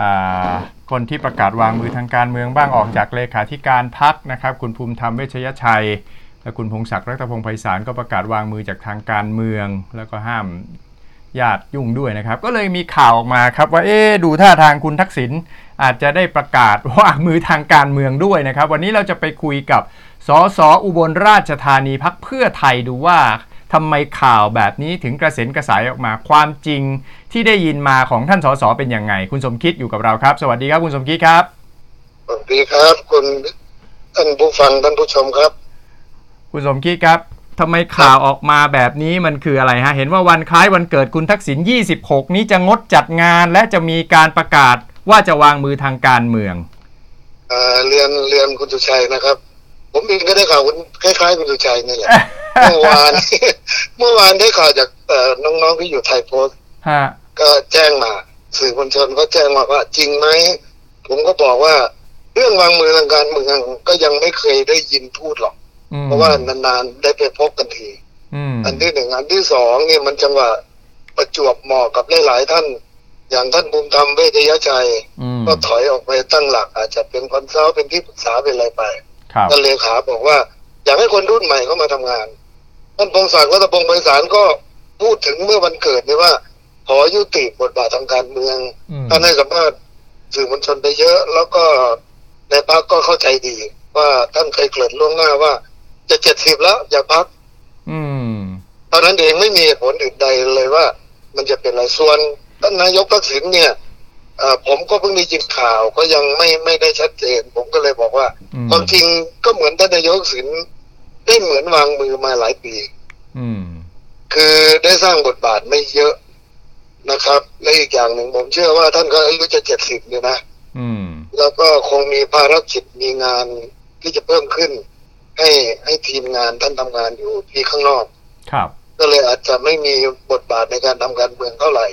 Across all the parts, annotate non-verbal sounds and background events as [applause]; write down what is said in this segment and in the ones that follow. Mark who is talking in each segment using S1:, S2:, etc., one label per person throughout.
S1: อ่าคนที่ประกาศวางมือทางการเมืองบ้างออกจากเลขาธิการพักนะครับ คุณภูมิธรรมเวชยชัย และคุณพงศักดิ์รัตพงศ์ไพศาลก็ประกาศวางมือจากทางการเมือง แล้วก็ห้ามญาติยุ่งด้วยนะครับ ก็เลยมีข่าวออกมาครับว่าเอ๊ะดูท่าทางคุณทักษิณอาจจะได้ประกาศว่างมือทางการเมืองด้วยนะครับ วันนี้เราจะไปคุยกับสสอุบลราชธานีพักเพื่อไทยดูว่า ทำไมข่าวแบบนี้ถึงกระเซ็นกระสายออกมาความจริงที่ได้ยินมาของท่านสสเป็นยังไง คุณสมคิดอยู่กับเราครับ สวัสดีครับคุณสมคิดครับ
S2: สวัสดีครับคุณท่านผู้ฟังท่านผู้ชมครับ
S1: คุณสมคิดครับทำไมข่าวออกมาแบบนี้มันคืออะไรฮะ เห็นว่าวันคล้ายวันเกิดคุณทักษิณ26 นี้จะงดจัดงาน และจะมีการประกาศว่าจะวางมือทางการเมือง
S2: เอ่อเรียนเรียนคุณสุชัยนะครับ ผมเองก็ได้ข่าวคุณคล้าย ๆ คุณสุชัย
S1: [laughs]
S2: นี่แหละ เมื่อวาน [laughs] เมื่อวานได้ข่าวจากเอ่อน้องๆที่อยู่ไทยโพสต์
S1: ฮะ
S2: ก็แจ้งมา สื่อมวลชนก็แจ้งมาว่าจริงไหมผมก็บอกว่า เรื่องวางมือทางการเมืองก็ยังไม่เคยได้ยินพูดหรอก
S1: อืม
S2: เพราะว่านานๆได้ไปพบกันที
S1: อืม
S2: อันที่หนึ่งอันที่สองเนี่ยมันจังหวะประจวบเหมาะกับหลายๆท่าน อย่างท่านภูมิธรรมเวชยชัย
S1: อืม
S2: ก็ถอยออกไปตั้งหลัก อาจจะเป็นคอนซัลท์เป็นที่ปรึกษาเป็นอะไรไป
S1: ครับ
S2: ท่านเลขาบอกว่า อยากให้คนรุ่นใหม่เข้ามาทำงานท่านพงศักดิ์วัตพงศ์ไพศาลก็พูดถึงเมื่อวันเกิดนี่ว่า ขอยุติบทบาททางการเมือง
S1: อืม
S2: ท่านให้สัมภาษณ์สื่อมวลชนไปเยอะ แล้วก็ในพักก็เข้าใจดี ว่าท่านเคยเกริดล่วงหน้าว่า จะเจ็ดสิบแล้วอย่าพัก
S1: อืม
S2: ตอนนั้นเองไม่มีเหตุผลอื่นใดเลยว่า มันจะเป็นอะไรส่วนท่านนายกทักษิณเนี่ยเอ่อผมก็เพิ่งได้ยินข่าวก็ยังไม่ไม่ได้ชัดเจน ผมก็เลยบอกว่า
S1: อืม
S2: ความจริงก็เหมือนท่านนายกทักษิณได้เหมือนวางมือมาหลายปี
S1: อืม
S2: คือได้สร้างบทบาทไม่เยอะนะครับ และอีกอย่างหนึ่งผมเชื่อว่าท่านก็อายุจะเจ็ดสิบเนี่ยนะ
S1: อืม
S2: แล้วก็คงมีภารกิจมีงานที่จะเพิ่มขึ้น ให้ให้ทีมงานท่านทำงานอยู่ที่ข้างนอก
S1: ครับ
S2: ก็เลยอาจจะไม่มีบทบาทในการทำการเมืองเท่าไหร่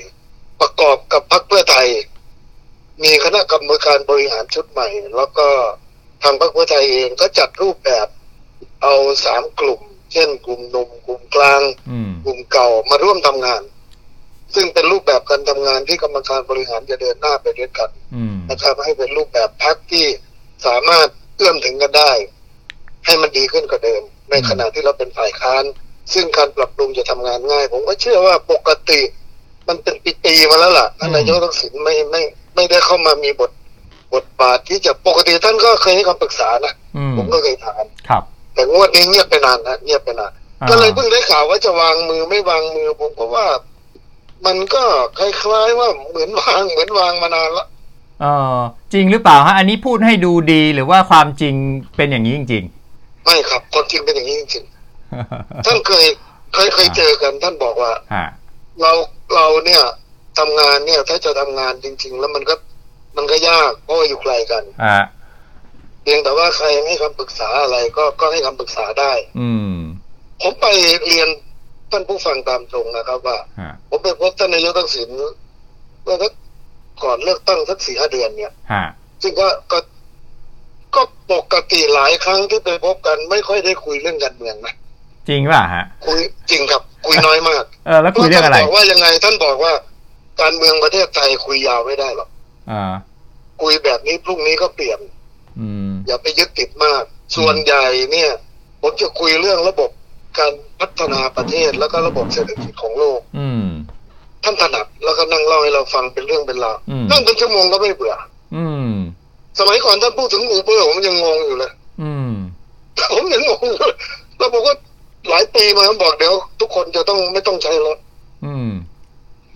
S2: ประกอบกับพรรคเพื่อไทย มีคณะกรรมการบริหารชุดใหม่ แล้วก็ทางพรรคเพื่อไทยเองก็จัดรูปแบบเอาสามกลุ่ม เช่น กลุ่มหนุ่มกลุ่มกลาง
S1: อืม
S2: กลุ่มเก่ามาร่วมทำงาน ซึ่งเป็นรูปแบบการทำงานที่กรรมการบริหารจะเดินหน้าไปด้วยกัน
S1: อืม
S2: นะครับให้เป็นรูปแบบพักที่สามารถเอื้อมถึงกันได้ ให้มันดีขึ้นกว่าเดิม ในขณะที่เราเป็นฝ่ายค้าน ซึ่งการปรับปรุงจะทำงานง่าย ผมก็เชื่อว่าปกติ มันเป็นปีๆมาแล้วล่ะท่านนายกทักษิณไม่ไม่ไม่ได้เข้ามามีบทบทบาทที่จะปกติท่านก็เคยให้คำปรึกษานะ
S1: อืม
S2: ผมก็เคยถาม
S1: ครับ
S2: แต่งวดนี้เงียบไปนานนะเงียบไปนาน
S1: อ่า
S2: ก็เลยเพิ่งได้ข่าวว่าจะวางมือไม่วางมือผมก็ว่า มันก็คล้ายๆว่าเหมือนวางเหมือนวางมานานละ
S1: เออจริงหรือเปล่าฮะอันนี้พูดให้ดูดีหรือว่าความจริงเป็นอย่างนี้จริง
S2: ไม่ครับความจริงเป็นอย่างนี้จริงๆ
S1: ๆ [laughs]
S2: ท่านเคยเคยเคยเจอกัน ท่านบอกว่า
S1: ฮะ
S2: เราเราเนี่ยทำงานเนี่ย ถ้าจะทำงานจริง ๆ แล้วมันก็มันก็ยากเพราะว่าอยู่ไกลกัน
S1: ฮะ
S2: เพียงแต่ว่าใครให้คำปรึกษาอะไรก็ก็ให้คำปรึกษาได้
S1: อืม
S2: ผมไปเรียนท่านผู้ฟังตามตรงนะครับว่า
S1: ฮะ
S2: ผมไปพบท่านนายกทักษิณเมื่อสักก่อนเลือกตั้งสักสี่ห้าเดือนเนี่ย
S1: ฮะ
S2: ซึ่งก็ก็ก็ปกติหลายครั้งที่ไปพบกัน ไม่ค่อยได้คุยเรื่องการเมืองนะ
S1: จริงป่ะฮะ
S2: คุยจริงครับคุยน้อยมาก
S1: เออแล้วคุยเรื่องอะไร
S2: ท่านบอกว่ายังไงท่านบอกว่า การเมืองประเทศไทยคุยยาวไม่ได้หรอก
S1: อ่า
S2: คุยแบบนี้พรุ่งนี้ก็เปลี่ยน
S1: อืม
S2: อย่าไปยึดติดมาก ส่วนใหญ่เนี่ย ผมจะคุยเรื่องระบบการพัฒนาประเทศแล้วก็ระบบเศรษฐกิจของโลก
S1: อืม
S2: ท่านถนัดแล้วก็นั่งเล่าให้เราฟังเป็นเรื่องเป็นราว
S1: อืม
S2: นั่งเป็นชั่วโมงก็ไม่เบื่อ
S1: อืม
S2: สมัยก่อนท่านพูดถึงอูเบอร์ผมยังงงอยู่เลย [laughs]
S1: อืม
S2: ผมยังงงอยู่เลยแล้วผมก็หลายปีมาบอกเดี๋ยวทุกคนจะต้องไม่ต้องใช้รถ
S1: อืม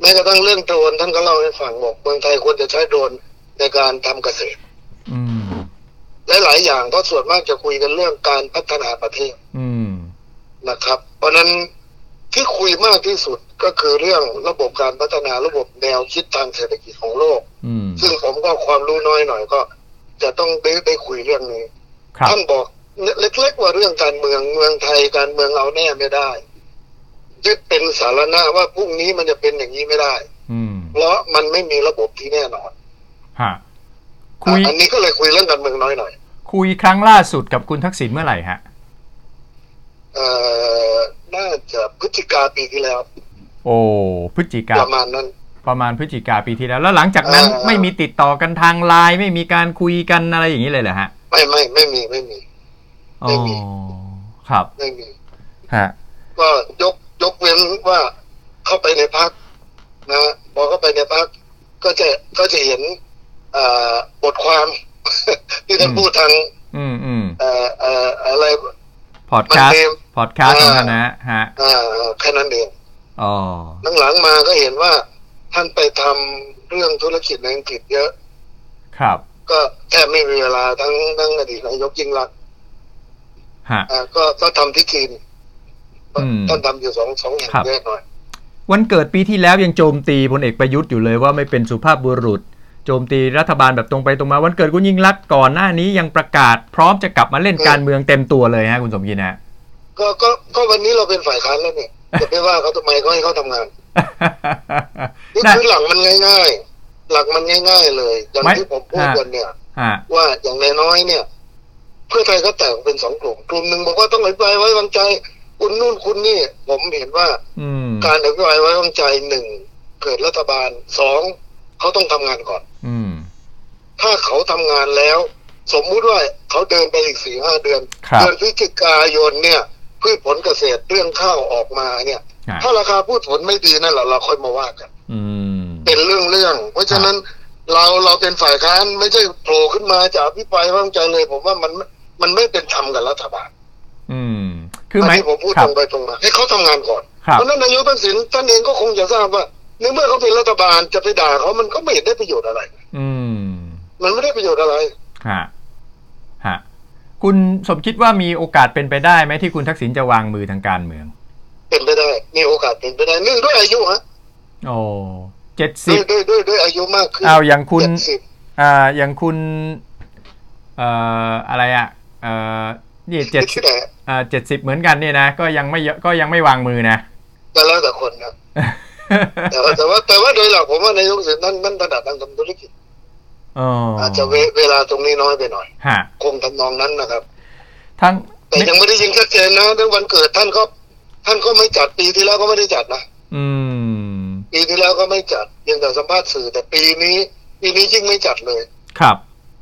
S2: แม้กระทั่งเรื่องโดรนท่านก็เล่าให้ฟังบอกเมืองไทยควรจะใช้โดรนในการทำเกษตร
S1: อืม
S2: และหลายอย่างเพราะส่วนมากจะคุยกันเรื่องการพัฒนาประเทศ
S1: อืม
S2: นะครับ เพราะฉะนั้นที่คุยมากที่สุดก็คือเรื่องระบบการพัฒนาระบบแนวคิดทางเศรษฐกิจของโลก
S1: อืม
S2: ซึ่งผมก็ความรู้น้อยหน่อยก็ จะต้องได้ได้คุยเรื่องนี้
S1: ครับ
S2: ท่านบอกเล็กๆว่าเรื่องการเมืองเมืองไทยการเมืองเอาแน่ไม่ได้ยึดเป็นสารณะว่าพรุ่งนี้มันจะเป็นอย่างนี้ไม่ได้
S1: อืม
S2: เพราะมันไม่มีระบบที่แน่นอน
S1: ฮะคุย
S2: อันนี้ก็เลยคุยเรื่องการเมืองน้อยหน่อย
S1: คุยครั้งล่าสุดกับคุณทักษิณเมื่อไหร่ฮะ
S2: เอ่อน่าจะพฤศจิกาปีที่แล้ว
S1: โอ้พฤศจิกา
S2: ประมาณนั้น
S1: ประมาณพฤศจิกาปีที่แล้ว แล้วหลังจากนั้น
S2: เออ
S1: ไม่มีติดต่อกันทางไลน์ไม่มีการคุยกันอะไรอย่างนี้เลยเหรอฮะ
S2: ไม่ไม่ไม่มีไม่มี
S1: อ๋
S2: ไม่
S1: อ
S2: มี
S1: ครับ
S2: ไม่มี
S1: ฮะ
S2: ก็ยกยกเว้นว่าเข้าไปในพักนะพอเข้าไปในพักก็จะก็จะเห็นอ่าบทความ [laughs] ที่ท่านพูดทาง
S1: อืมอืม
S2: เอ่อเอ่ออะไร
S1: พอดคาสต์
S2: มันเต็ม
S1: พอดคาสต์
S2: เอ
S1: ข
S2: อ
S1: องท่านนะฮะ
S2: อ่าแค่นั้นเอง
S1: อ๋อ
S2: หลังๆมาก็เห็นว่าท่านไปทำเรื่องธุรกิจในอังกฤษเยอะ
S1: ครับ
S2: ก็แทบไม่มีเวลาทั้งทั้งอดีตนายกยิ่งรักษณ์
S1: ฮะ
S2: อ่าก็ก็ทำที่จีน
S1: อืม
S2: ท่านทำอยู่สองสองแห่ง
S1: ครับ
S2: แยกหน่อย
S1: วันเกิดปีที่แล้วยังโจมตีพลเอกประยุทธ์อยู่เลยว่าไม่เป็นสุภาพบุรุษ โจมตีรัฐบาลแบบตรงไปตรงมา วันเกิดคุณยิ่งรักษณ์ก่อนหน้านี้ยังประกาศ พร้อมจะกลับมาเล่นการเมืองเต็มตัวเลยฮะคุณสมยินฮะ
S2: ก็ก็ก็วันนี้เราเป็นฝ่ายค้านแล้วเนี่ยจะไปว่าเขาทำไมก็ให้เขาทำงาน นี่
S1: น่ะ
S2: คือหลักมันง่ายๆ หลักมันง่ายๆเลย อย่าง
S1: ไม่
S2: ที่ผมพูด
S1: ฮะ
S2: กันเนี่ย
S1: ฮะ
S2: ว่าอย่างน้อยๆเนี่ย เพื่อไทยก็แตกออกเป็นสองกลุ่ม กลุ่มหนึ่งบอกว่าต้องอภิปรายไว้วางใจ คุณนู่นคุณนี่ ผมเห็นว่า
S1: อืม
S2: การอภิปรายไว้วางใจหนึ่งเกิดรัฐบาลสองเขาต้องทำงานก่อน
S1: อืม
S2: ถ้าเขาทำงานแล้ว สมมุติว่าเขาเดินไปอีกสี่ห้าเดือน
S1: ครับ
S2: เดือนพฤศจิกายนเนี่ย พืชผลเกษตรเรื่องข้าวออกมาเนี่ย
S1: ฮะ
S2: ถ้าราคาพืชผลไม่ดีนั่นแหละเราค่อยมาว่ากัน
S1: อืม
S2: เป็นเรื่องเรื่อง เพราะฉะนั้นเราเราเป็นฝ่ายค้านไม่ใช่โผล่ขึ้นมาจากพิปรายว่างใจเลย ผมว่ามันมันไม่เป็นธรรมกับรัฐบาล
S1: อืม คือห
S2: น
S1: มาย
S2: นี้ผมพูด
S1: ค
S2: ต
S1: รั
S2: รงไปตรงมาให้เขาทำงานก่อน
S1: ครับ
S2: เพราะฉะนั้นนายกทักษิณท่านเองก็คงจะทราบว่าในเมื่อเขาเป็นรัฐบาลจะไปด่าเขามันก็ไม่เห็นได้ประโยชน์อะไร
S1: อืม
S2: มันไม่ได้ประโยชน์อะไร
S1: ฮะ ฮะ คุณสมคิดว่ามีโอกาสเป็นไปได้ไหมที่คุณทักษิณจะวางมือทางการเมือง
S2: เป็นไปได้ มีโอกาสเป็นไปได้เนื่องด้วยอายุฮะ
S1: โอ้เจ็ด
S2: ด้
S1: สิ
S2: ว
S1: บ
S2: ยด้วยด้วยด้วยอายุมากขึ้น
S1: เอาอย่างคุณ
S2: เจ็ดสิบ
S1: อ่า อย่างคุณ เอ่อ อะไรอ่ะ เอ่อ นี่เจ็ด
S2: ที่ไหน
S1: อ่าเจ็ดสิบเหมือนกันเนี่ยนะ ก็ยังไม่เยอะ ก็ยังไม่วางมือนะ [laughs]
S2: แต่แล้วแต่คนนะแต่ว่าแต่ว่าแต่ว่าโดยหลักผมว่านายกทักษิณท่านท่านถนัดทางธุรกิจ
S1: อ๋อ
S2: อาจจะเวเวลาตรงนี้น้อยไปหน่อย
S1: ฮะ
S2: คงทำนองนั้นนะครับ
S1: ทั้ง
S2: แต่ยังไม่ได้ยินชัดเจนนะเรื่องวันเกิดท่านก็ ท่านก็ไม่จัดปีที่แล้วก็ไม่ได้จัดนะ
S1: อืม
S2: ปีที่แล้วก็ไม่จัดยังแต่สัมภาษณ์สื่อแต่ปีนี้ปีนี้ยิ่งไม่จัดเลย
S1: ครับ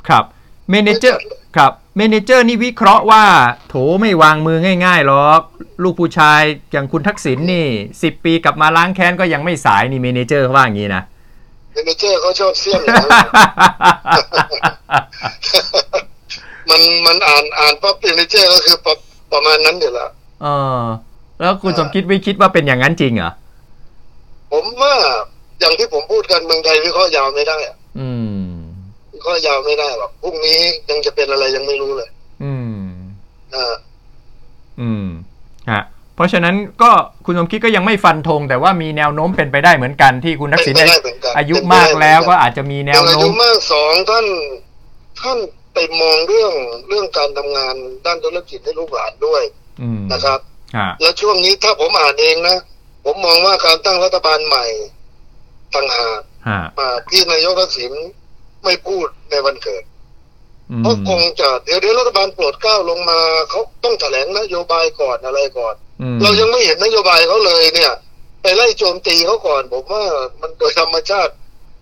S1: ครับเมเนเจอร์
S2: ไม่จัดเลย
S1: ครับเมเนเจอร์นี่วิเคราะห์ว่า โถไม่วางมือง่ายๆหรอก ลูกผู้ชายอย่างคุณทักษิณนี่สิบปีกลับมาล้างแค้นก็ยังไม่สายนี่เมเนเจอร์เขาว่าอย่างนี้นะ [laughs]
S2: เมเนเจอร์เขาชอบเสี่ยมอย่างนั้น [laughs] มันมันอ่านอ่านปั๊บเมเนเจอร์ก็คือประประมาณนั้นอยู่ละ
S1: เออแล้วคุณสมคิดไม่คิดว่าเป็นอย่างนั้นจริงเหรอ
S2: ผมว่าอย่างที่ผมพูดกันเมืองไทยวิเคราะห์ยาวไม่ได้อะ
S1: อืม
S2: วิเคราะห์ยาวไม่ได้หรอกพรุ่งนี้ยังจะเป็นอะไรยังไม่รู้เลย
S1: อืม
S2: อ่า
S1: อืมฮะเพราะฉะนั้นก็คุณสมคิดก็ยังไม่ฟันธงแต่ว่ามีแนวโน้มเป็นไปได้เหมือนกันที่คุณทัก
S2: เป็
S1: ษิ
S2: น
S1: ณ
S2: ไป
S1: อา
S2: ได้
S1: ยุ
S2: เหมือนกัน
S1: อายุ
S2: เป็นไป
S1: มาก
S2: ได้เหอน
S1: แล้ว
S2: น
S1: ก็อาจจะมีแนว
S2: อา
S1: โน้
S2: ยุ
S1: ม
S2: มากสองท่านท่านไปมองเรื่องเรื่องการทำงานด้านธุรกิจให้ลูกหลานด้วย
S1: อืม
S2: นะครับ
S1: ฮะ
S2: แล้วช่วงนี้ถ้าผมอ่านเองนะ ผมมองว่าการตั้งรัฐบาลใหม่ต่างหาก
S1: ฮะ
S2: อ่าที่นายกทักษิณไม่พูดในวันเกิด
S1: อืม
S2: เพราะคงจะเดี๋ยวเดี๋ยวรัฐบาลโปรดเกล้าลงมาเขาต้องแถลงนโยบายก่อนอะไรก่อน
S1: อืม
S2: เรายังไม่เห็นนโยบายเขาเลยเนี่ย ไปไล่โจมตีเขาก่อน ผมว่ามันโดยธรรมชาติ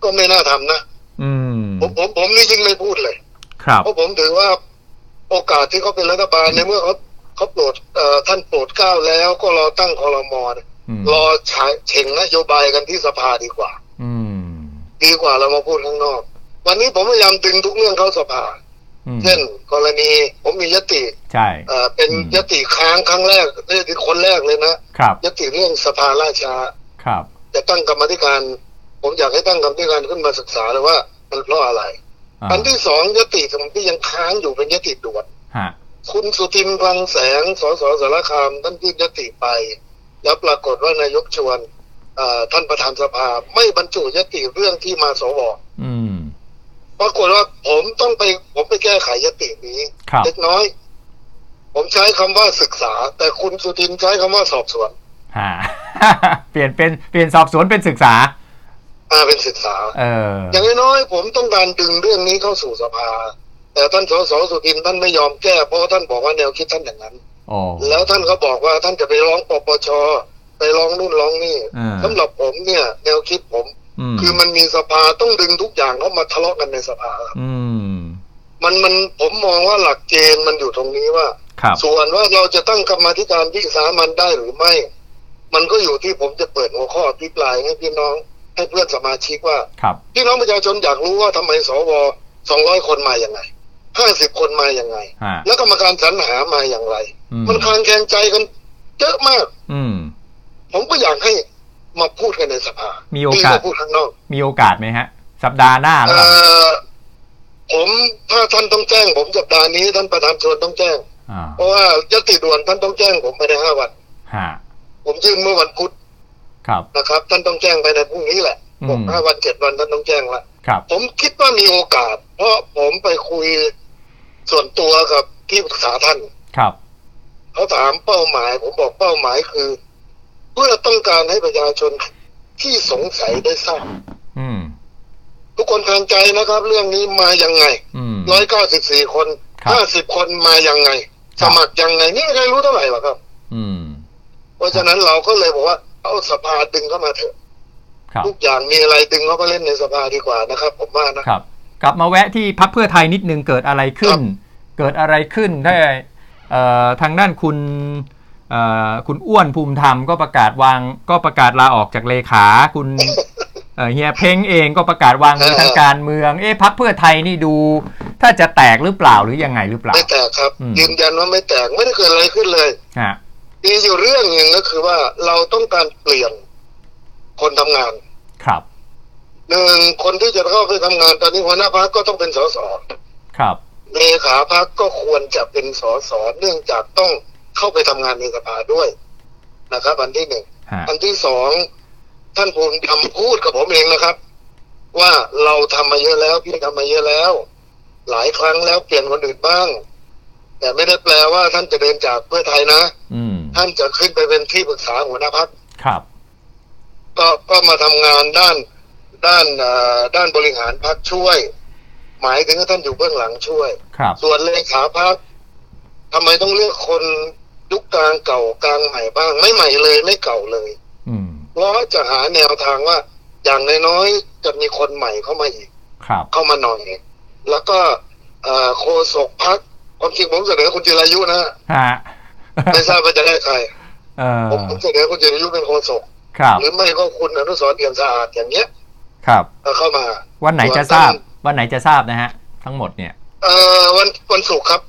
S2: ก็ไม่น่าทำนะ
S1: อืม
S2: ผมผมผมนี่ยิ่งไม่พูดเลย
S1: ครับ
S2: เพราะผมถือว่าโอกาสที่เขาเป็นรัฐบาลในเมื่อเขาเขาโปรดเอ่อท่านโปรดเกล้าแล้วก็รอตั้งคอรมอเนี่ย
S1: อืม
S2: รอฉายเฉ่งนโยบายกันที่สภาดีกว่า
S1: อืม
S2: ดีกว่าเรามาพูดข้างนอก วันนี้ผมพยายามดึงทุกเรื่องเข้าสภา
S1: อืม
S2: เช่น กรณีผมมียติ
S1: ใช่
S2: เอ่อเป็น
S1: อืม
S2: ยติค้างครั้งแรกยติคนแรกเลยนะครับ ยติเรื่องสภาราชา
S1: ครับ
S2: จะตั้งกรรมาธิการ ผมอยากให้ตั้งกรรมาธิการขึ้นมาศึกษาเลยว่ามันเพราะอะไร
S1: อ่า
S2: อันที่สองยติผมที่ยังค้างอยู่เป็นยติด่วน
S1: ฮะ
S2: คุณสุทินคลังแสง สสสารคาม ท่านยื่นยติไป แล้วปรากฏว่านายกชวนเอ่อท่านประธานสภา ไม่บรรจุยติเรื่องที่มาสว
S1: อืม
S2: ปรากฏว่าผมต้องไปผมไปแก้ไขยตินี้
S1: ครับ
S2: เล็กน้อย ผมใช้คำว่าศึกษา แต่คุณสุทินใช้คำว่าสอบสวน
S1: ฮะ [laughs] เปลี่ยนเป็นเปลี่ยนสอบสวนเป็นศึกษา
S2: อ่าเป็นศึกษา
S1: เออ
S2: อย่างน้อยๆผมต้องการดึงเรื่องนี้เข้าสู่สภา แต่ท่านสสสุทินท่านไม่ยอมแก้เพราะท่านบอกว่าแนวคิดท่านอย่างนั้น
S1: โอ้
S2: แล้วท่านก็บอกว่าท่านจะไปร้องปปช ไปร้องนู่นร้องนี่
S1: อ่า
S2: สำหรับผมเนี่ย แนวคิดผม
S1: อืม
S2: คือมันมีสภาต้องดึงทุกอย่างเข้ามาทะเลาะกันในสภาครับ
S1: อืม
S2: มันมันผมมองว่าหลักเกณฑ์มันอยู่ตรงนี้ว่า
S1: ครับ
S2: ส่วนว่าเราจะตั้งกรรมาธิการวิสามันได้หรือไม่ มันก็อยู่ที่ผมจะเปิดหัวข้ออภิปรายให้พี่น้องให้เพื่อนสมาชิกว่า
S1: ครับ
S2: พี่น้องประชาชนอยากรู้ว่าทำไมสวสองร้อยคนมาอย่างไงห้าสิบคนมาอย่างไง
S1: ฮะ
S2: แล้วกรรมการสรรหามาอย่างไร
S1: อืม
S2: มันคลางแคลงใจกันเยอะมาก
S1: อืม
S2: ผมก็อยากให้มาพูดกันในสภา
S1: มี
S2: มี
S1: โอกาส
S2: พูดข้างนอก
S1: มีโอกาสไหมฮะ สัปดาห์หน้าหรือ
S2: เอ่
S1: เปล่า
S2: อผมถ้าท่านต้องแจ้ง ผมสัปดาห์นี้ท่านประธานชวนต้องแจ้ง
S1: อ่า
S2: เพราะว่ายติด่วนท่านต้องแจ้งผมภายในห้าวัน
S1: ฮะ
S2: ผมยื่นเมื่อวันพุธ
S1: ครับ
S2: นะครับ ท่านต้องแจ้งภายในพรุ่งนี้แหละ
S1: อืม
S2: หกห้าวันเจ็ดวันท่านต้องแจ้งละ
S1: ครับ
S2: ผมคิดว่ามีโอกาส เพราะผมไปคุยส่วนตัวกับที่ปรึกษาท่าน
S1: ครับ
S2: เขาถามเป้าหมาย ผมบอกเป้าหมายคือ เพื่อต้องการให้ประชาชนที่สงสัยได้ทราบ
S1: อืม
S2: ทุกคนคลางใจนะครับ เรื่องนี้มายังไง
S1: อืม
S2: ร้อยเก้าสิบสี่คน
S1: ครับ
S2: ห้าสิบคนมายังไง สมัครยังไง นี่ไม่เคยรู้เท่าไหร่หรอกครับ
S1: อืม
S2: เพราะฉะนั้นเราก็เลยบอกว่าเอาสภาดึงเข้ามาเถอะ
S1: ครับ
S2: ทุกอย่างมีอะไรดึงเขาก็เล่นในสภาดีกว่านะครับ ผมว่านะ
S1: ครับกลับมาแวะที่พักเพื่อไทยนิดนึงเกิดอะไรขึ้น เกิดอะไรขึ้นได้เอ่อทางด้านคุณเอ่อคุณอ้วนภูมิธรรมก็ประกาศวางก็ประกาศลาออกจากเลขาคุณ เอ่อเฮียเพ้งเองก็ประกาศวางมือ
S2: เออ
S1: ทางการเมือง เอ๊ะพักเพื่อไทยนี่ดู ถ้าจะแตกหรือเปล่าหรือยังไงหรือเปล่า
S2: ไม่แตกครับ
S1: อืม
S2: ยืนยันว่าไม่แตกไม่ได้เกิดอะไรขึ้นเลย
S1: ฮะ
S2: มีอยู่เรื่องหนึ่งก็คือว่าเราต้องการเปลี่ยนคนทำงาน
S1: ครับ
S2: หนึ่งคนที่จะเข้าไปทำงานตอนนี้หัวหน้าพักก็ต้องเป็นสส
S1: ครับ
S2: เลขาพักก็ควรจะเป็นสสเนื่องจากต้องเข้าไปทำงานในสภาด้วยนะครับ อันที่หนึ่ง
S1: ฮะ
S2: อันที่สองท่านภูมิธรรมพูดกับผมเองนะครับ ว่าเราทำมาเยอะแล้วพี่ทำมาเยอะแล้ว หลายครั้งแล้วเปลี่ยนคนอื่นบ้าง แต่ไม่ได้แปลว่าท่านจะเดินจากเพื่อไทยนะ
S1: อืม
S2: ท่านจะขึ้นไปเป็นที่ปรึกษาหัวหน้าพัก
S1: ครับ
S2: ก็ก็มาทำงานด้านด้านเอ่อด้านบริหารพักช่วย หมายถึงว่าท่านอยู่เบื้องหลังช่วย
S1: ครับ
S2: ส่วนเลขาพักทำไมต้องเลือกคนยุคกลางเก่ากลางใหม่บ้าง ไม่ใหม่เลยไม่เก่าเลย
S1: อืม
S2: เพราะจะหาแนวทางว่า อย่างน้อยๆจะมีคนใหม่เข้ามาอีก
S1: ครับ
S2: เข้ามาหน่อยแล้วก็เอ่อโคศกพักความจริงผมเสนอคุณจิรายุ
S1: [laughs]
S2: นะฮะ
S1: ฮะ
S2: ไม่ทราบว่าจะได้ใคร
S1: เออ
S2: ผมผมเสนอคุณจิรายุเป็นโคศก
S1: ครับ
S2: หรือไม่ก็คุณอนุสรณ์เอี่ยมสะอาดอย่างเงี้ย
S1: ครับ
S2: เอ่อเข้ามา
S1: วันไหนจะทราบวันไหนจะทราบนะฮะ ทั้งหมดเนี่ย
S2: เอ่อวันวันศุกร์ครับ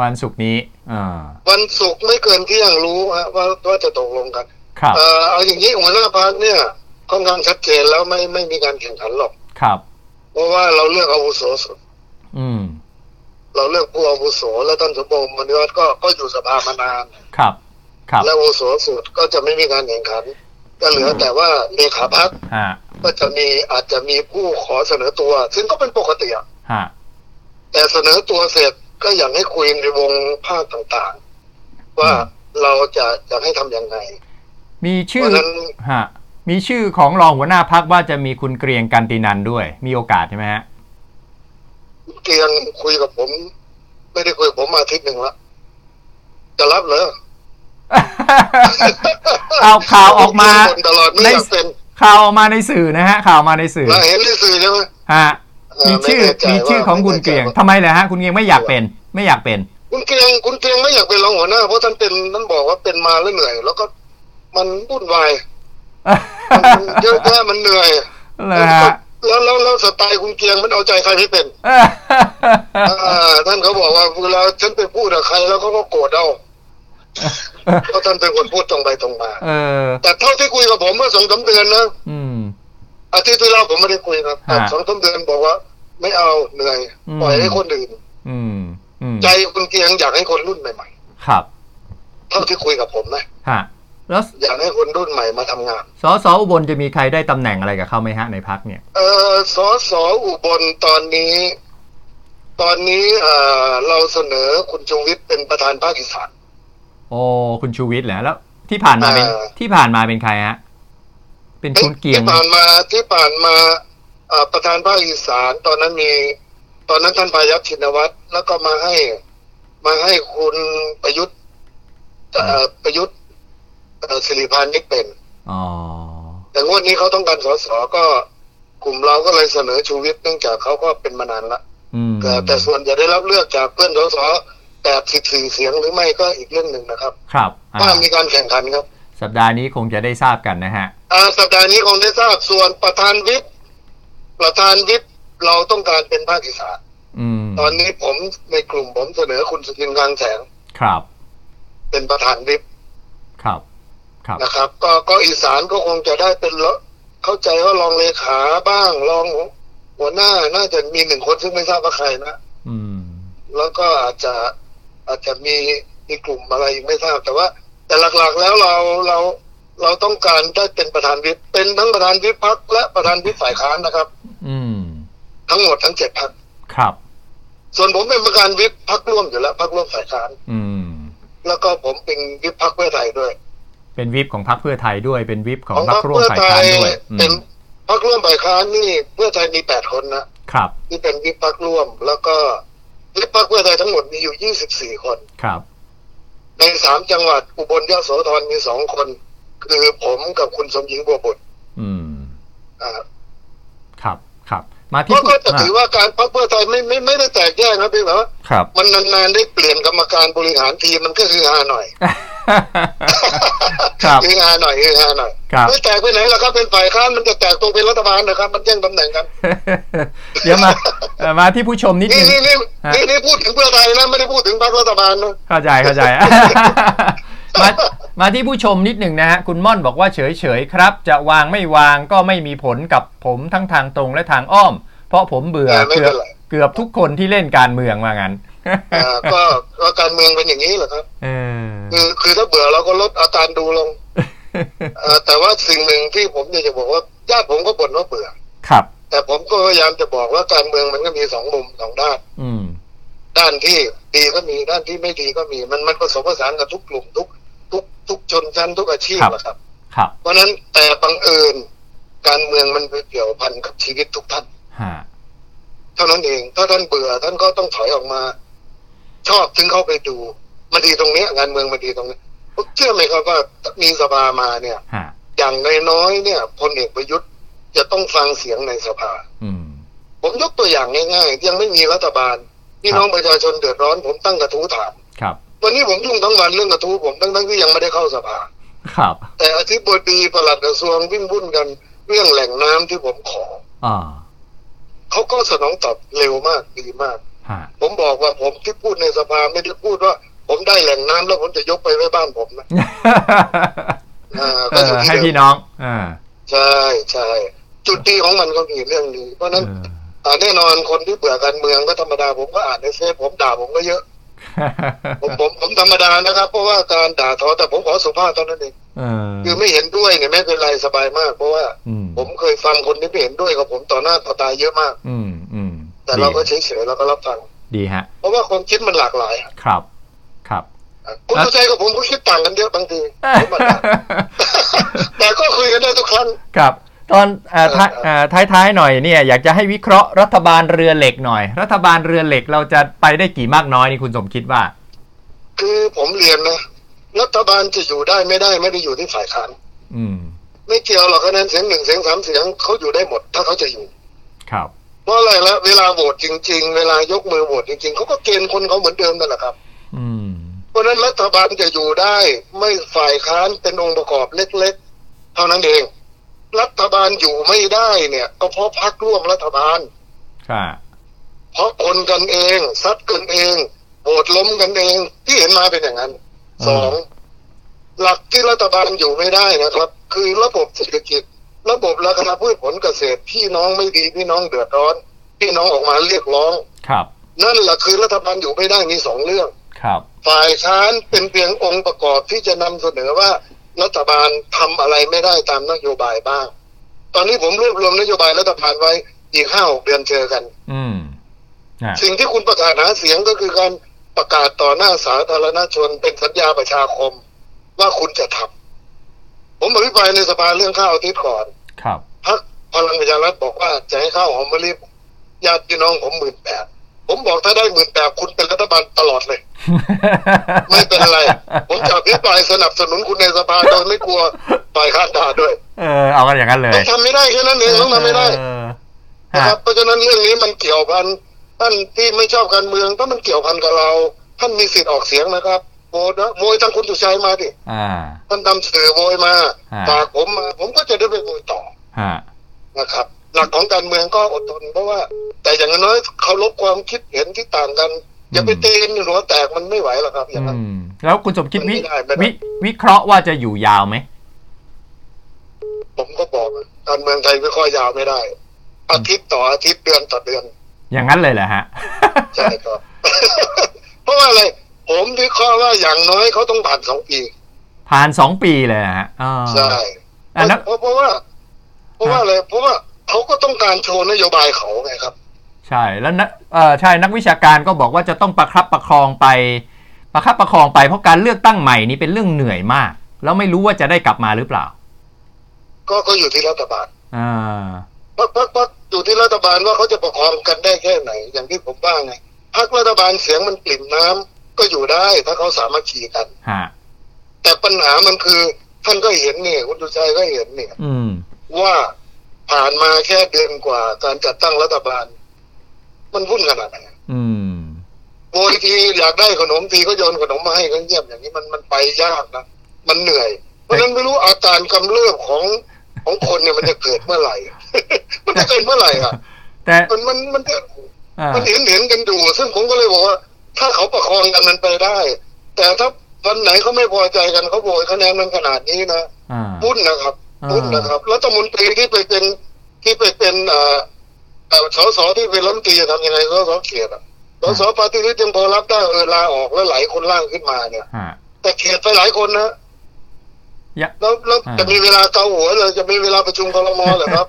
S1: วันศุกร์นี้อ่า
S2: วันศุกร์ไม่เกินเที่ยงรู้ฮะว่าว่าจะตกลงกัน
S1: ครับ
S2: เอ่อเอาอย่างนี้หัวหน้าพักเนี่ยค่อนข้างชัดเจนแล้วไม่ไม่มีการแข่งขันหรอก
S1: ครับ
S2: เพราะว่าเราเลือกอาวุโสสุด
S1: อืม
S2: เราเลือกผู้อาวุโสแล้วท่านสมพงษ์มณิวัฒน์ก็ก็อยู่สภามานาน
S1: ครับ ครับ
S2: และอาวุโสสุดก็จะไม่มีการแข่งขันก็เหลือแต่ว่าเลขาพัก
S1: ฮะ
S2: ก็จะมีอาจจะมีผู้ขอเสนอตัว ซึ่งก็เป็นปกติอะ
S1: ฮะ
S2: แต่เสนอตัวเสร็จก็อยากให้คุยในวงภาคต่างๆ ว่า
S1: อืม
S2: เราจะจะให้ทำยังไง
S1: มีชื่อ
S2: วันนั้น
S1: ฮะ มีชื่อของรองหัวหน้าพักว่าจะมีคุณเกรียงกันตินันด้วย มีโอกาสใช่ไหม
S2: [laughs]
S1: ฮะ
S2: เกียงคุยกับผม ไม่ได้คุยกับผมมาอาทิตย์หนึ่งละจะรับเหรอ
S1: เอาข่าวออกมา
S2: ผมเจบ่นตลอดไม่อยากเป็น
S1: ข่าวออกมาในสื่อนะฮะ ข่าวมาในสื่อ
S2: นะเห็นในสื่อใช่ไหม
S1: ฮะ
S2: เอ่อ
S1: มีชื่อ
S2: ไม่แน่ใจ
S1: มีชื่อของคุณ
S2: ว่า
S1: เกรียงทำไมเลยฮะ คุณเกรียงไม่อยากเป็น ไม่อยากเป็น
S2: คุณเกียงคุณเกียงไม่อยากเป็นรองหัวหน้าเพราะท่านเป็นท่านบอกว่าเป็นมาแล้วเหนื่อย แล้วก็มันวุ่นวายมันเยอะแยะมันเหนื่อย
S1: เลยฮะ
S2: แล้วแล้วแล้วสไตล์คุณเกียงมันเอาใจใครไม่เป็น อ่าท่านเขาบอกว่าเวลาฉันไปพูดกับใครแล้วเขาก็โกรธเอา
S1: [laughs]
S2: เพราะท่านเป็นคนพูดตรงไปตรงมา
S1: เออ
S2: แต่เท่าที่คุยกับผมเมื่อสองสามเดือนนะ
S1: อืม
S2: อาทิตย์ที่แล้วผมไม่ได้คุยนะแต่
S1: ฮะ
S2: สองสามเดือนบอกว่า ไม่เอาเหนื่อย
S1: อืม
S2: ปล่อยให้คนอื่น
S1: อืม อืม
S2: ใจคุณเกียงอยากให้คนรุ่นใหม่
S1: ครับ
S2: ๆเท่าที่คุยกับผมนะ
S1: ฮะ แล้ว
S2: อยากให้คนรุ่นใหม่มาทำงาน
S1: สอสออุบลจะมีใครได้ตำแหน่งอะไรกับเขาไหมฮะในพักเนี่ย
S2: เออสอสออุบลตอนนี้ ตอนนี้เอ่อเราเสนอคุณชูวิทย์เป็นประธานภาคอีสาน
S1: โอ้คุณชูวิทย์แหละแล้ว ที่ผ่านมาเป็น
S2: เอ่อ
S1: ที่ผ่านมาเป็นใครฮะ เป็นคุณเกียง
S2: ที่ผ่านมาที่ผ่านมาเอ่อประธานภาคอีสานตอนนั้นมี ตอนนั้นท่านพายัพชินวัตรแล้วก็มาให้มาให้คุณประยุทธ์เอ่อประยุทธ์เอ่อสิริพานิชเป็น
S1: อ๋อ
S2: แต่งวดนี้เขาต้องการสสก็ กลุ่มเราก็เลยเสนอชูวิทย์เนื่องจากเขาก็เป็นมานานละ
S1: อืม
S2: แต่แต่ส่วนจะได้รับเลือกจากเพื่อนสสแปดสิบสี่เสียงหรือไม่ก็อีกเรื่องหนึ่งนะครับ
S1: ครับอ่า
S2: ว่ามีการแข่งขันครับ
S1: สัปดาห์นี้คงจะได้ทราบกันนะฮะ
S2: อ่าสัปดาห์นี้คงได้ทราบส่วนประธานวิปประธานวิปเราต้องการเป็นภาคอีสาน
S1: อืม
S2: ตอนนี้ผมในกลุ่มผมเสนอคุณสุทินกลางแสง
S1: ครับ
S2: เป็นประธานวิป
S1: ครับ ครับ
S2: นะครับก็ก็อีสานก็คงจะได้เป็นละเข้าใจว่ารองเลขาบ้างรองหัวหน้าน่าจะมีหนึ่งคนซึ่งไม่ทราบว่าใครนะ
S1: อืม
S2: แล้วก็อาจจะอาจจะมีมีกลุ่มอะไรไม่ทราบแต่ว่า แต่หลักๆแล้วเราเราเราต้องการได้เป็นประธานวิปเป็นทั้งประธานวิปพักและประธานวิปฝ่ายค้านนะครับ
S1: อืม
S2: ทั้งหมดทั้งเจ็ดพัก
S1: ครับ
S2: ส่วนผมเป็นประธานวิปพักร่วมอยู่แล้วพักร่วมฝ่ายค้าน
S1: อืม
S2: แล้วก็ผมเป็นวิปพักเพื่อไทยด้วย
S1: เป็นวิปของพรรคเพื่อไทยด้วย เป็นวิปขอ
S2: ข
S1: ง
S2: อง
S1: พรร
S2: พัก
S1: คร่วม
S2: เพื่อ
S1: ฝ่าย
S2: ไท
S1: ค้าน
S2: ย
S1: ด้วยอื
S2: เป็น
S1: ม
S2: พักร่วมฝ่ายค้านนี่เพื่อไทยมีแปดคนนะ
S1: ครับ
S2: ที่เป็นวิปพักร่วม แล้วก็วิปพักเพื่อไทยทั้งหมดมีอยู่ 24 คน
S1: ครับ
S2: ในสามจังหวัดอุบลยโสธรมีสองคน คือผมกับคุณสมหญิงบัวบุตร
S1: อืม
S2: อ่า
S1: ครับ ครับ มาที่
S2: ก็
S1: ผู้
S2: ก็จะถือว่าการพักเพื่อไทยไม่ไม่ไม่ได้แตกแยกนะเพียงแต่ว่า
S1: ครับ
S2: มันนานๆได้เปลี่ยนกรรมการบริหารทีมมันก็คือฮาหน่อย
S1: ครับ
S2: คือฮาหน่อยคือฮาหน่อย
S1: ครับ
S2: ไม่แตกไปไหนล่ะครับเป็นฝ่ายค้านมันจะแตกตรงเป็นรัฐบาลนะครับ มันแย่งตำแหน่งกัน
S1: [laughs] เดี๋ยวมาเอ่อมาที่ผู้ชมนิดนึ
S2: นี่
S1: ง
S2: นี่นี่
S1: ฮะ
S2: นี่นี่พูดถึงเพื่อไทยนะไม่ได้พูดถึงพรรครัฐบาลนะ
S1: เข้าใจเข้าใจ [laughs] มามาที่ผู้ชมนิดหนึ่งนะฮะคุณม่อนบอกว่าเฉยเฉยๆครับ จะวางไม่วางก็ไม่มีผลกับผมทั้งทางตรงและทางอ้อม เพราะผมเบื่อ
S2: แต่ไม่
S1: เกื
S2: เป็น
S1: อบ
S2: ไร
S1: เกือบทุกคนที่เล่นการเมืองว่างั้น
S2: อ่าก็ก็การเมืองเป็นอย่างนี้เหรอครับ
S1: เออ
S2: คือคือถ้าเบื่อเราก็ลดอาการดูลงเอ่อแต่ว่าสิ่งหนึ่งที่ผมอยากจะบอกว่าญาติผมก็บ่นว่าเบื่อ
S1: ครับ
S2: แต่ผมก็พยายามจะบอกว่าการเมืองมันก็มีสองมุมสองด้าน
S1: อืม
S2: ด้านที่ดีก็มีด้านที่ไม่ดีก็มี มันมันผสมผสานกับทุกกลุ่มทุก ทุกทุกชนชั้นทุกอาชีพ
S1: ครับ
S2: แหละครับ
S1: ครับ
S2: เพราะฉะนั้นแต่บังเอิญการเมืองมันไปเกี่ยวพันกับชีวิตทุกท่าน
S1: ฮะ
S2: เท่านั้นเองถ้าท่านเบื่อท่านก็ต้องถอยออกมา ชอบถึงเข้าไปดูมันดีตรงเนี้ยงานเมืองมันดีตรงเนี้ยเชื่อไหมครับว่ามีสภามาเนี่ย
S1: ฮะ
S2: อย่างน้อยๆเนี่ยพลเอกประยุทธ์จะต้องฟังเสียงในสภา
S1: อืม
S2: ผมยกตัวอย่างง่ายๆ ยังไม่มีรัฐบาลพี่น้องประชาชนเดือดร้อน ผมตั้งกระทู้ถาม
S1: ครับ
S2: วันนี้ผมยุ่งทั้งวันเรื่องกระทู้ผมทั้งๆที่ยังไม่ได้เข้าสภา
S1: ครับ
S2: แต่อธิบดีประหลัดกระทรวงวิ่งวุ่นกันเรื่องแหล่งน้ำที่ผมขอ
S1: อ่า
S2: เขาก็สนองตอบเร็วมากดีมาก
S1: ฮะ
S2: ผมบอกว่าผมที่พูดในสภาไม่ได้พูดว่า ผมได้แหล่งน้ำแล้วผมจะยกไปไว้บ้านผมนะอ่า
S1: เอ
S2: ก็
S1: อ
S2: อยู่ที่
S1: ให้
S2: เดิ
S1: พี่
S2: ม
S1: น้องอ่า
S2: ใช่ใช่จุดดีของมันก็มีเรื่องนี้เพราะฉะนั้น
S1: เออ
S2: อ่าแน่นอนคนที่เบื่อการเมืองก็ธรรมดาผมก็อ่านในเฟซผมด่าผมก็เยอะ ผมผมผมธรรมดานะครับ เพราะว่าการด่าทอแต่ผมขอสุภาพเท่านั้นเอง
S1: เออ
S2: คือไม่เห็นด้วยเนี่ยไม่เป็นไรสบายมาก เพราะว่า
S1: อืม
S2: ผมเคยฟังคนที่ไม่เห็นด้วยกับผมต่อหน้าต่อตาเยอะมาก
S1: อืมอืม
S2: แต่เราก็
S1: ดี
S2: เฉยๆเราก็รับฟัง
S1: ดีฮะ
S2: เพราะว่าความคิดมันหลากหลายอะ
S1: ครับ ครับ
S2: คุณเข้าใจกับผมก็คิดต่างกันเยอะบาง [laughs] ทีผมอ่ะ แต่ก็คุยกันได้ทุกครั้ง
S1: [laughs] ครับ ตอนเอ่อท้ายเอ่อท้ายๆหน่อยเนี่ย อยากจะให้วิเคราะห์รัฐบาลเรือเหล็กหน่อย รัฐบาลเรือเหล็กเราจะไปได้กี่มากน้อยนี่คุณสมคิดว่า
S2: คือผมเรียนนะรัฐบาลจะอยู่ได้ไม่ได้ไม่ได้อยู่ที่ฝ่ายค้าน
S1: อืม
S2: ไม่เกี่ยวหรอกคะแนนเสียงหนึ่งเสียงสามเสียงเขาอยู่ได้หมด ถ้าเขาจะอยู่
S1: ครับ
S2: เพราะอะไรละเวลาโหวตจริง ๆ เวลายกมือโหวตจริง ๆเขาก็เกณฑ์คนเขาเหมือนเดิมนั่นแหละครับ
S1: อืม
S2: เพราะฉะนั้นรัฐบาลจะอยู่ได้ไม่ฝ่ายค้านเป็นองค์ประกอบเล็กๆ เท่านั้นเอง รัฐบาลอยู่ไม่ได้เนี่ย ก็เพราะพักร่วมรัฐบาล
S1: ค่ะ
S2: เพราะคนกันเองซัดกันเองโหวตล้มกันเองที่เห็นมาเป็นอย่างนั้น
S1: อืม
S2: สองหลักที่รัฐบาลอยู่ไม่ได้นะครับ คือระบบเศรษฐกิจ ระบบราคาพืชผลเกษตรพี่น้องไม่ดีพี่น้องเดือดร้อน พี่น้องออกมาเรียกร้อง
S1: ครับ
S2: นั่นแหละคือรัฐบาลอยู่ไม่ได้มีสองเรื่อง
S1: ครับ
S2: ฝ่ายค้านเป็นเพียงองค์ประกอบที่จะนำเสนอว่ารัฐบาลทำอะไรไม่ได้ตามนโยบายบ้าง ตอนนี้ผมรวบรวมนโยบายรัฐบาลไว้อีกห้าหกเดือนเจอกัน
S1: อืมอ่ะ
S2: สิ่งที่คุณประกาศหาเสียงก็คือการประกาศต่อหน้าสาธารณชนเป็นสัญญาประชาคม ว่าคุณจะทำผมอภิปรายในสภาเรื่องข้าวอาทิตย์ก่อน
S1: ครับ
S2: พักพลังประชารัฐบอกว่าจะให้ข้าวหอมมะลิญาติพี่น้องผมหมื่นแปดผมบอกถ้าได้หมื่นแปดคุณเป็นรัฐบาลตลอดเลย ไม่เป็นไร ผมจะอภิปรายสนับสนุนคุณในสภาโดยไม่กลัวฝ่ายค้านด่าด้วย
S1: เออ เอากันอย่างนั้นเล
S2: ต้
S1: ย
S2: องทำไม่ได้แค่นั้นเองต้องทำไม่ได้
S1: เออ
S2: นะครับ เพราะฉะนั้นเรื่องนี้มันเกี่ยวพันท่านที่ไม่ชอบการเมืองถ้ามันเกี่ยวพันกับเรา ท่านมีสิทธิ์ออกเสียงนะครับโหวตนะโวยทางคุณสุชัยมาดิ
S1: อ่า
S2: ท่านทำสื่อโวยมา
S1: ฮะ
S2: ฝากผมมา ผมก็จะได้ไปโวยต่อ
S1: ฮะ
S2: นะครับ หลักของการเมืองก็อดทนเพราะว่า แต่อย่างน้อยเคารพความคิดเห็นที่ต่างกันอย่าไปเตนหัวแตกมันไม่ไหวหรอกครับ อย่างนั้น
S1: อืมแล้วคุณสมคิดวิ
S2: ไม่ได้ไม่
S1: วิ
S2: ได้
S1: วิเคราะห์ว่าจะอยู่ยาวไหม
S2: ผมก็บอกนะการเมืองไทยไม่ค่อยยาวไม่ได้ อาทิตย์ต่ออาทิตย์เดือนต่อเดือน
S1: อย่างนั้นเลยเหรอฮะ [laughs]
S2: ใช่ครับ [laughs] เพราะว่าอะไร ผมวิเคราะห์ว่าอย่างน้อยเขาต้องผ่านสองปี
S1: ผ่านสองปีเลยเหรอฮะอ่า
S2: ใช่
S1: อันนั้น
S2: เพราะเพราะว่า เพราะว่าอะไร เพราะว่าเขาก็ต้องการโชว์นโยบายเขาไงครับ
S1: ใช่แล้วนะเออใช่นักวิชาการก็บอกว่าจะต้องประครับประคองไป ประครับประคองไปเพราะการเลือกตั้งใหม่นี่เป็นเรื่องเหนื่อยมาก แล้วไม่รู้ว่าจะได้กลับมาหรือเปล่า
S2: ก็ก็อยู่ที่รัฐบาล
S1: อ่า
S2: พักพักพักอยู่ที่รัฐบาลว่าเขาจะประคองกันได้แค่ไหน อย่างที่ผมว่าไงพักรัฐบาลเสียงมันปริ่มน้ำก็อยู่ได้ถ้าเขาสามารถขี่กัน
S1: ฮะ
S2: แต่ปัญหามันคือ ท่านก็เห็นเนี่ยคุณดูชัยก็เห็นเนี่ย
S1: อืม
S2: ว่าผ่านมาแค่เดือนกว่าการจัดตั้งรัฐบาล มันวุ่นขนาดไหน
S1: อืม
S2: โวยทีอยากได้ขนมทีก็โยนขนมมาให้ก็เงียบอย่างนี้มันมันไปยากนะมันเหนื่อย เพราะฉะนั้นไม่รู้อาการกำเริบของของคนเนี่ยมันจะเกิดเมื่อ [laughs] ไหร่ มันจะเกิดเมื่อไหร่อ่ะ
S1: แต่
S2: มันมันมันจะ
S1: อ่า
S2: มันเห็นเห็นกันอยู่ ซึ่งผมก็เลยบอกว่า ถ้าเขาประคองกันมันไปได้ แต่ถ้าวันไหนเขาไม่พอใจกันเขาโวยคะแนนมันขนาดนี้นะ
S1: อ่า
S2: พุ่นนะครับ
S1: อ่า
S2: พุ่นนะครับรัฐมนตรีที่ไปเป็นที่ไปเป็นเอ่อเอ่อสสที่เป็นรัฐมนตรีจะทำยังไงสสเขตอะสสปาร์ตี้ลิสต์ยังพอรับได้เออลาออกแล้วหลายคนล่างขึ้นมาเนี่ย
S1: ฮะ
S2: แต่เขตไปหลายคนนะ
S1: ยะ
S2: แล้วแล้ว
S1: อ่า
S2: จะมีเวลาเกาหัวเลยจะมีเวลาประชุมครมเหรอครับ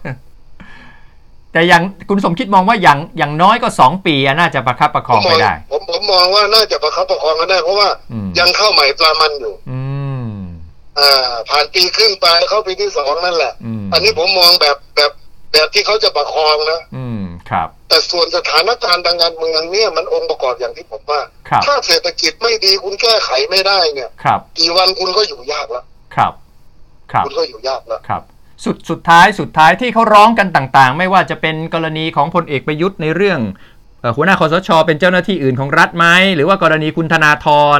S1: แต่อย่างคุณสมคิดมองว่าอย่างอย่างน้อยก็สองปีอะน่าจะประคับประคองไปได้
S2: ผมผมมองว่าน่าจะประคับประคองกันได้ เพราะว่า
S1: อืม
S2: ยังเข้าใหม่ปลามันอยู่
S1: อืม
S2: อ่า ผ่านปีครึ่งไปเข้าปีที่สองนั่นแหละ
S1: อืม
S2: อันนี้ผมมองแบบแบบแบบที่เขาจะประคองนะ
S1: อืม ครับ
S2: แต่ส่วนสถานการณ์ทางการเมืองเนี่ยมันองค์ประกอบอย่างที่ผมว่า
S1: ครับ
S2: ถ้าเศรษฐกิจไม่ดีคุณแก้ไขไม่ได้เนี่ย
S1: ครับ
S2: กี่วันคุณก็อยู่ยากแล้ว
S1: ครับ ครับ
S2: คุณก็อยู่ยากแล้ว
S1: ครับ สุดสุดท้ายสุดท้ายที่เขาร้องกันต่างๆ ไม่ว่าจะเป็นกรณีของพลเอกประยุทธ์ในเรื่องเอ่อหัวหน้าคอสช เป็นเจ้าหน้าที่อื่นของรัฐไหมหรือว่ากรณีคุณธนาธร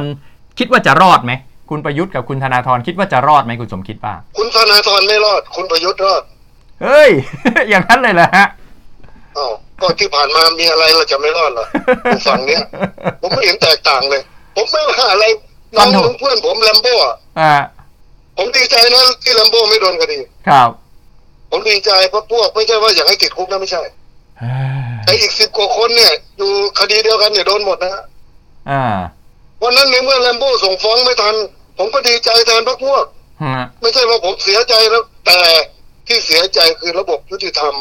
S1: คิดว่าจะรอดไหมคุณประยุทธ์กับคุณธนาธรคิดว่าจะรอดไหมคุณสมคิดบ้าง
S2: คุณธนาธรไม่รอด คุณประยุทธ์รอด
S1: เฮ้ย [laughs] อย่างนั้นเลยเหรอฮะ
S2: อ้าวก็ที่ผ่านมามีอะไรเราจะไม่รอ
S1: [laughs]
S2: ดเหรอผมฝั่งเนี้ยผมไม่เห็นแตกต่างเลย ผมไม่ว่าอะไรน้อง
S1: ฟันธง
S2: เพื่อนผมแลมโบ้อะ
S1: อ่า
S2: ผมดีใจนะที่แลมโบ้ไม่โดนคดี
S1: ครับ
S2: ผมดีใจเพราะพวกไม่ใช่ว่าอยากให้ติดคุกนะไม่ใช่แต่อีกสิบกว่าคนเนี่ย อยู่คดีเดียวกันเนี่ยโดนหมดนะฮะ
S1: อ่า
S2: วันนั้นในเมื่อแลมโบ้ส่งฟ้องไม่ทัน ผมก็ดีใจแทนพวกพวก
S1: ฮะ
S2: ไม่ใช่ว่าผมเสียใจแล้วแต่ที่เสียใจคือระบบยุติธรรม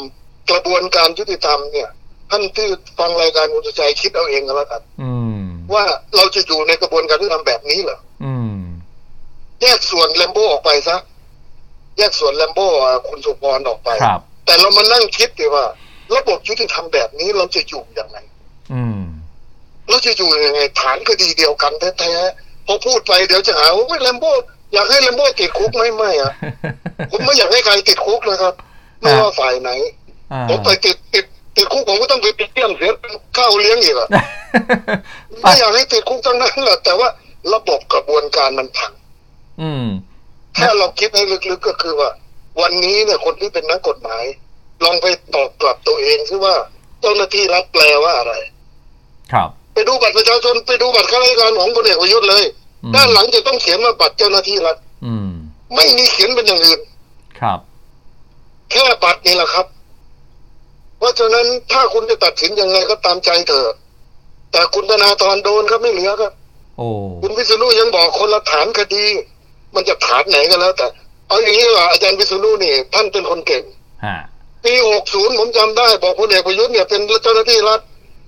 S2: กระบวนการยุติธรรมเนี่ย ท่านที่ฟังรายการคุณสุชัยคิดเอาเองก็แล้วกัน
S1: อืม
S2: ว่าเราจะอยู่ในกระบวนการยุติธรรมแบบนี้เหรอ
S1: อืม
S2: แยกส่วนแลมโบ้ออกไปซะแยกส่วนแลมโบ้อ่ะคุณสุพรออกไป
S1: ครับ
S2: แต่เรามานั่งคิดดีว่า ระบบยุติธรรมแบบนี้เราจะอยู่อย่างไร
S1: อื
S2: [laughs]
S1: ม
S2: เราจะอยู่ยังไงฐานคดีเดียวกันแท้ๆพอพูดไปเดี๋ยวจะหาว่าแลมโบ้อยากให้แลมโบ้ติดคุกไหม่ไม่อะผมไม่อยากให้ใครติดคุกนะครับ ไม่ว่าฝ่ายไหน
S1: อ่า
S2: ผมไปติดติดติดคุกผมก็ต้องไปติดเตี้ยมเสียข้าวเลี้ยงอีกอะไม่อยากให้ติดคุกทั้งนั้นแหละแต่ว่าระบบกระบวนการมันพัง
S1: อืม
S2: ถ้าเราคิดให้ลึกๆก็คือว่า วันนี้เนี่ยคนที่เป็นนักกฎหมาย ลองไปตอบกลับตัวเองซิว่าเจ้าหน้าที่รัฐแปลว่าอะไร
S1: ครับ
S2: ไปดูบัตรประชาชนไปดูบัตรข้าราชการของพลเอกประยุทธ์เลย
S1: อืม
S2: ด้านหลังจะต้องเขียนว่าบัตรเจ้าหน้าที่รัฐ
S1: อืม
S2: ไม่มีเขียนเป็นอย่างอื่น
S1: ครับ
S2: แค่บัตรนี่แหละครับ เพราะฉะนั้นถ้าคุณจะตัดสินยังไงก็ตามใจเถอะ แต่คุณธนาธรโดนครับไม่เหลือครับ
S1: โอ้
S2: คุณวิษณุยังบอกคนละฐานคดี มันจะฐานไหนกันแล้วแต่เอาอย่างนี้ดีกว่าอาจารย์วิษณุนี่ ท่านเป็นคนเก่ง
S1: ฮะ [laughs]
S2: ปี60ผมจำได้ บอกพลเอกประยุทธ์เนี่ยเป็นเจ้าหน้าที่รัฐ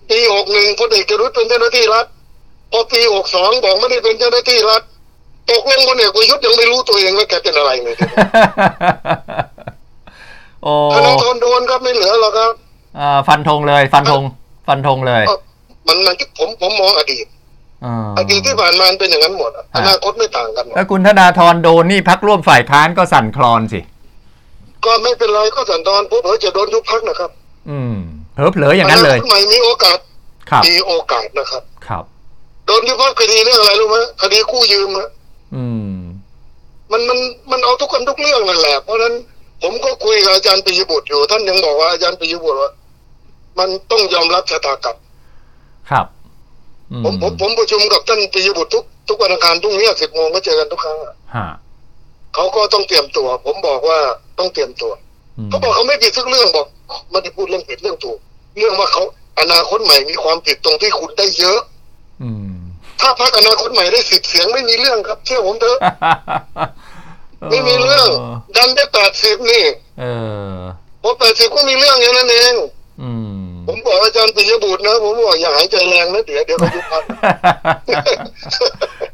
S2: ปี61พลเอกจรุตเป็นเจ้าหน้าที่รัฐ พอปี62บอกไม่ได้เป็นเจ้าหน้าที่รัฐตกลงพลเอกประยุทธ์ยังไม่รู้ตัวเองว่าแกเป็นอะไรเลย
S1: โอ้
S2: ธนาธรโดนครับไม่เหลือหรอกครับ
S1: อ่าฟันธงเลย ฟันธง ฟันธงเลย
S2: เอ้ามันมันผมผมมองอดีต
S1: อ่า
S2: อดีตที่ผ่านมามันเป็นอย่างนั้นหมดอะ
S1: ฮะ
S2: อนาคตไม่ต่างกันหรอก
S1: ถ้าคุณธนาธรโดนนี่พักร่วมฝ่ายค้านก็สั่นคลอนสิ
S2: ก็ไม่เป็นไรก็สันดอนพวกเราจะโดนยุบพักนะครับ
S1: อืมเผลอเผลอๆอย่างนั้นเลย
S2: คใหม่มีโอกาส
S1: ครับ
S2: มีโอกาสนะครับ
S1: ครับ
S2: โดนพิพากษาคดีเรื่องอะไรรู้ไหมคดีกู้ยืมอะ
S1: อืม
S2: มันมันมันเอาทุกคนทุกเรื่องนั่นแหละ เพราะฉะนั้นผมก็คุยกับอาจารย์ปิยบุตรอยู่ ท่านยังบอกว่าอาจารย์ปิยบุตรว่า มันต้องยอมรับชะตากรรม
S1: ครับอื
S2: ผมผมผมประชุมกับท่านปิยบุตรทุกทุกวันอังคารทุกเนี้ยสิบโมงก็เจอกันทุกครั้งอะ
S1: ฮะ
S2: เขาก็ต้องเตรียมตัว ผมบอกว่าต้องเตรียมตัว
S1: ม
S2: เขาบอกเขาไม่ผิดทุกเรื่องบอกไม่ได้พูดเรื่องผิดเรื่องถูก เรื่องว่าเขาอนาคตใหม่มีความผิดตรงที่คุณได้เยอะ
S1: อืม [laughs]
S2: ถ้าพรรคอนาคตใหม่ได้สิบเสียงไม่มีเรื่องครับ เชื่อผมเถอะ ไม่มีเรื่อง ดันได้แปดสิบนี่
S1: เออ
S2: พอแปดสิบก็มีเรื่องอย่างนั้นเอง
S1: อืม
S2: ผมบอกอาจารย์ปิยบุตรนะ ผมบอกอย่าหายใจแรงนะเดี๋ยวเดี๋ยวเขายุบพรร
S1: [laughs]
S2: ค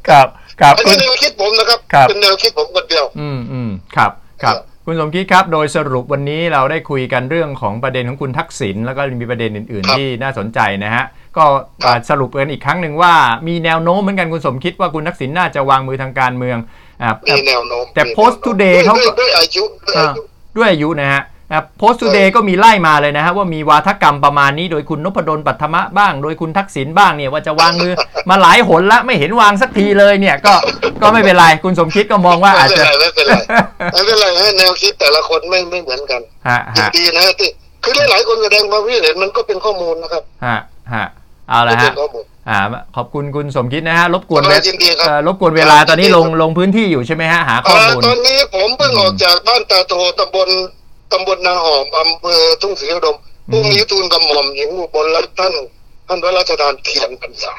S1: ครับครับ
S2: อัน
S1: คุ
S2: นี้
S1: ณ
S2: แนวคิดผมนะครับ
S1: ครับ
S2: เป็นแนวคิดผมคนเดียว
S1: อืมอืมครับครับ
S2: ครับ
S1: คุณสมคิดครับ โดยสรุปวันนี้เราได้คุยกันเรื่องของประเด็นของคุณทักษิณแล้วก็มีประเด็นอื่น
S2: ค
S1: ๆ
S2: รับ
S1: ที่น่าสนใจนะฮะ ก็
S2: ครับ
S1: สรุปกันอีกครั้งหนึ่งว่า มีแนวโน้มเหมือนกันคุณสมคิดว่าคุณทักษิณน่าจะวางมือทางการเมืองอ่า
S2: มีแนวโน้ม
S1: แต่ Post Today
S2: ด้วย
S1: เขาก็
S2: ด้วยด้วยอายุด้วยอา
S1: อ่า
S2: ยุ
S1: ด้วยอายุนะฮะโพสต์ทูเดย์ก็มีไล่มาเลยนะฮะ ว่ามีวาทกรรมประมาณนี้โดยคุณนพดลปัทมะบ้าง โดยคุณทักษิณบ้างเนี่ยว่าจะวางมือ [laughs] มาหลายหนละไม่เห็นวางสักทีเลยเนี่ยก็ก็ไม่เป็นไร คุณสมคิดก็มองว่าอาจจะ
S2: ไม่
S1: [laughs]
S2: เป็นไรไม่เป็นไรไม่เป็นไรฮะแนวคิดแต่ละคนไม่ไม่เหมือนกัน
S1: ฮะฮะ
S2: ดีนะที่คือหลายๆคนแสดงความคิดเห็นมันก็เป็นข้อมูลนะครับ
S1: ฮะฮะเอาละ
S2: ก็เป็
S1: ฮะ
S2: นข้อมูล
S1: อ่าขอบคุณคุณสมคิดนะฮะรบกวนเวลา
S2: ยินดีครับ
S1: เอ่อรบกวนเวลาตอนนี้
S2: ยินดี
S1: ล
S2: ครั
S1: ง
S2: บ
S1: ลงพื้นที่อยู่ใช่ไหมฮะหาข้อมูล
S2: อ่าตอนนี้ผมเพิ่งออกจากบ้านตาโทตำบลตำบลนาหอมอำเภอทุ่งศรีอุดม
S1: อืม
S2: พรุ่งนี้ทูลกระหม่อมหญิงอุบลรัตน์ท่านท่านพระราชทานเทียนพรรษา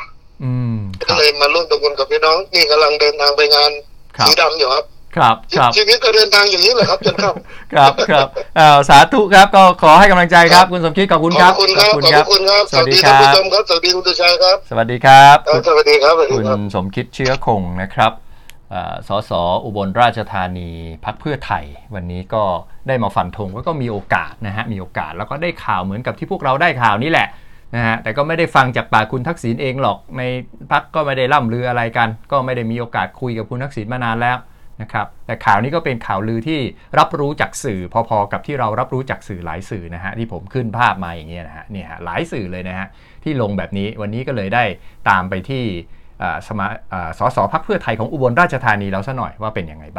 S1: อืมค
S2: ก็
S1: รับ
S2: เลยมาร่วมตำบลกับพี่น้องนี่กำลังเดินทางไปงาน
S1: ครับ
S2: สีดำอยู่ครับ
S1: ครับครับ
S2: ชีวิตก็เดินทางอย่างนี้แหละครับจนเข้า
S1: ครับครับเอ่อสาธุครับก็ขอให้กำลังใจครับ คุณสมคิดขอบคุณ
S2: ข
S1: ค
S2: อ
S1: รั
S2: บบ คุณครับขอบคุณครับ
S1: ส
S2: ส
S1: วั
S2: วั
S1: ส
S2: ส
S1: ดี
S2: ดี
S1: ค
S2: ท่าน
S1: รั
S2: ผู้ช
S1: บ
S2: มครับสวัสดีคุณตุชัยครับ
S1: สวัสดีครับ
S2: ครับสวัสดีครับสวัสดี
S1: คุณ
S2: ครับ
S1: สมคิดเชื้อคงนะครับเอ่อสสอุบลราชธานีพักเพื่อไทย วันนี้ก็ได้มาฟันธงว่าก็มีโอกาสนะฮะ มีโอกาสแล้วก็ได้ข่าวเหมือนกับที่พวกเราได้ข่าวนี่แหละนะฮะ แต่ก็ไม่ได้ฟังจากปากคุณทักษิณเองหรอก ในพักก็ไม่ได้ล่ำลืออะไรกัน ก็ไม่ได้มีโอกาสคุยกับคุณทักษิณมานานแล้วนะครับ แต่ข่าวนี้ก็เป็นข่าวลือที่รับรู้จากสื่อพอๆ กับที่เรารับรู้จากสื่อหลายสื่อนะฮะที่ผมขึ้นภาพมาอย่างเงี้ยนะฮะเนี่ยฮะหลายสื่อเลยนะฮะที่ลงแบบนี้วันนี้ก็เลยได้ตามไปที่ อ่าสมาอ่าสสพักเพื่อไทยของอุบลราชธานีแล้วซะหน่อยว่าเป็นยังไงบ้าง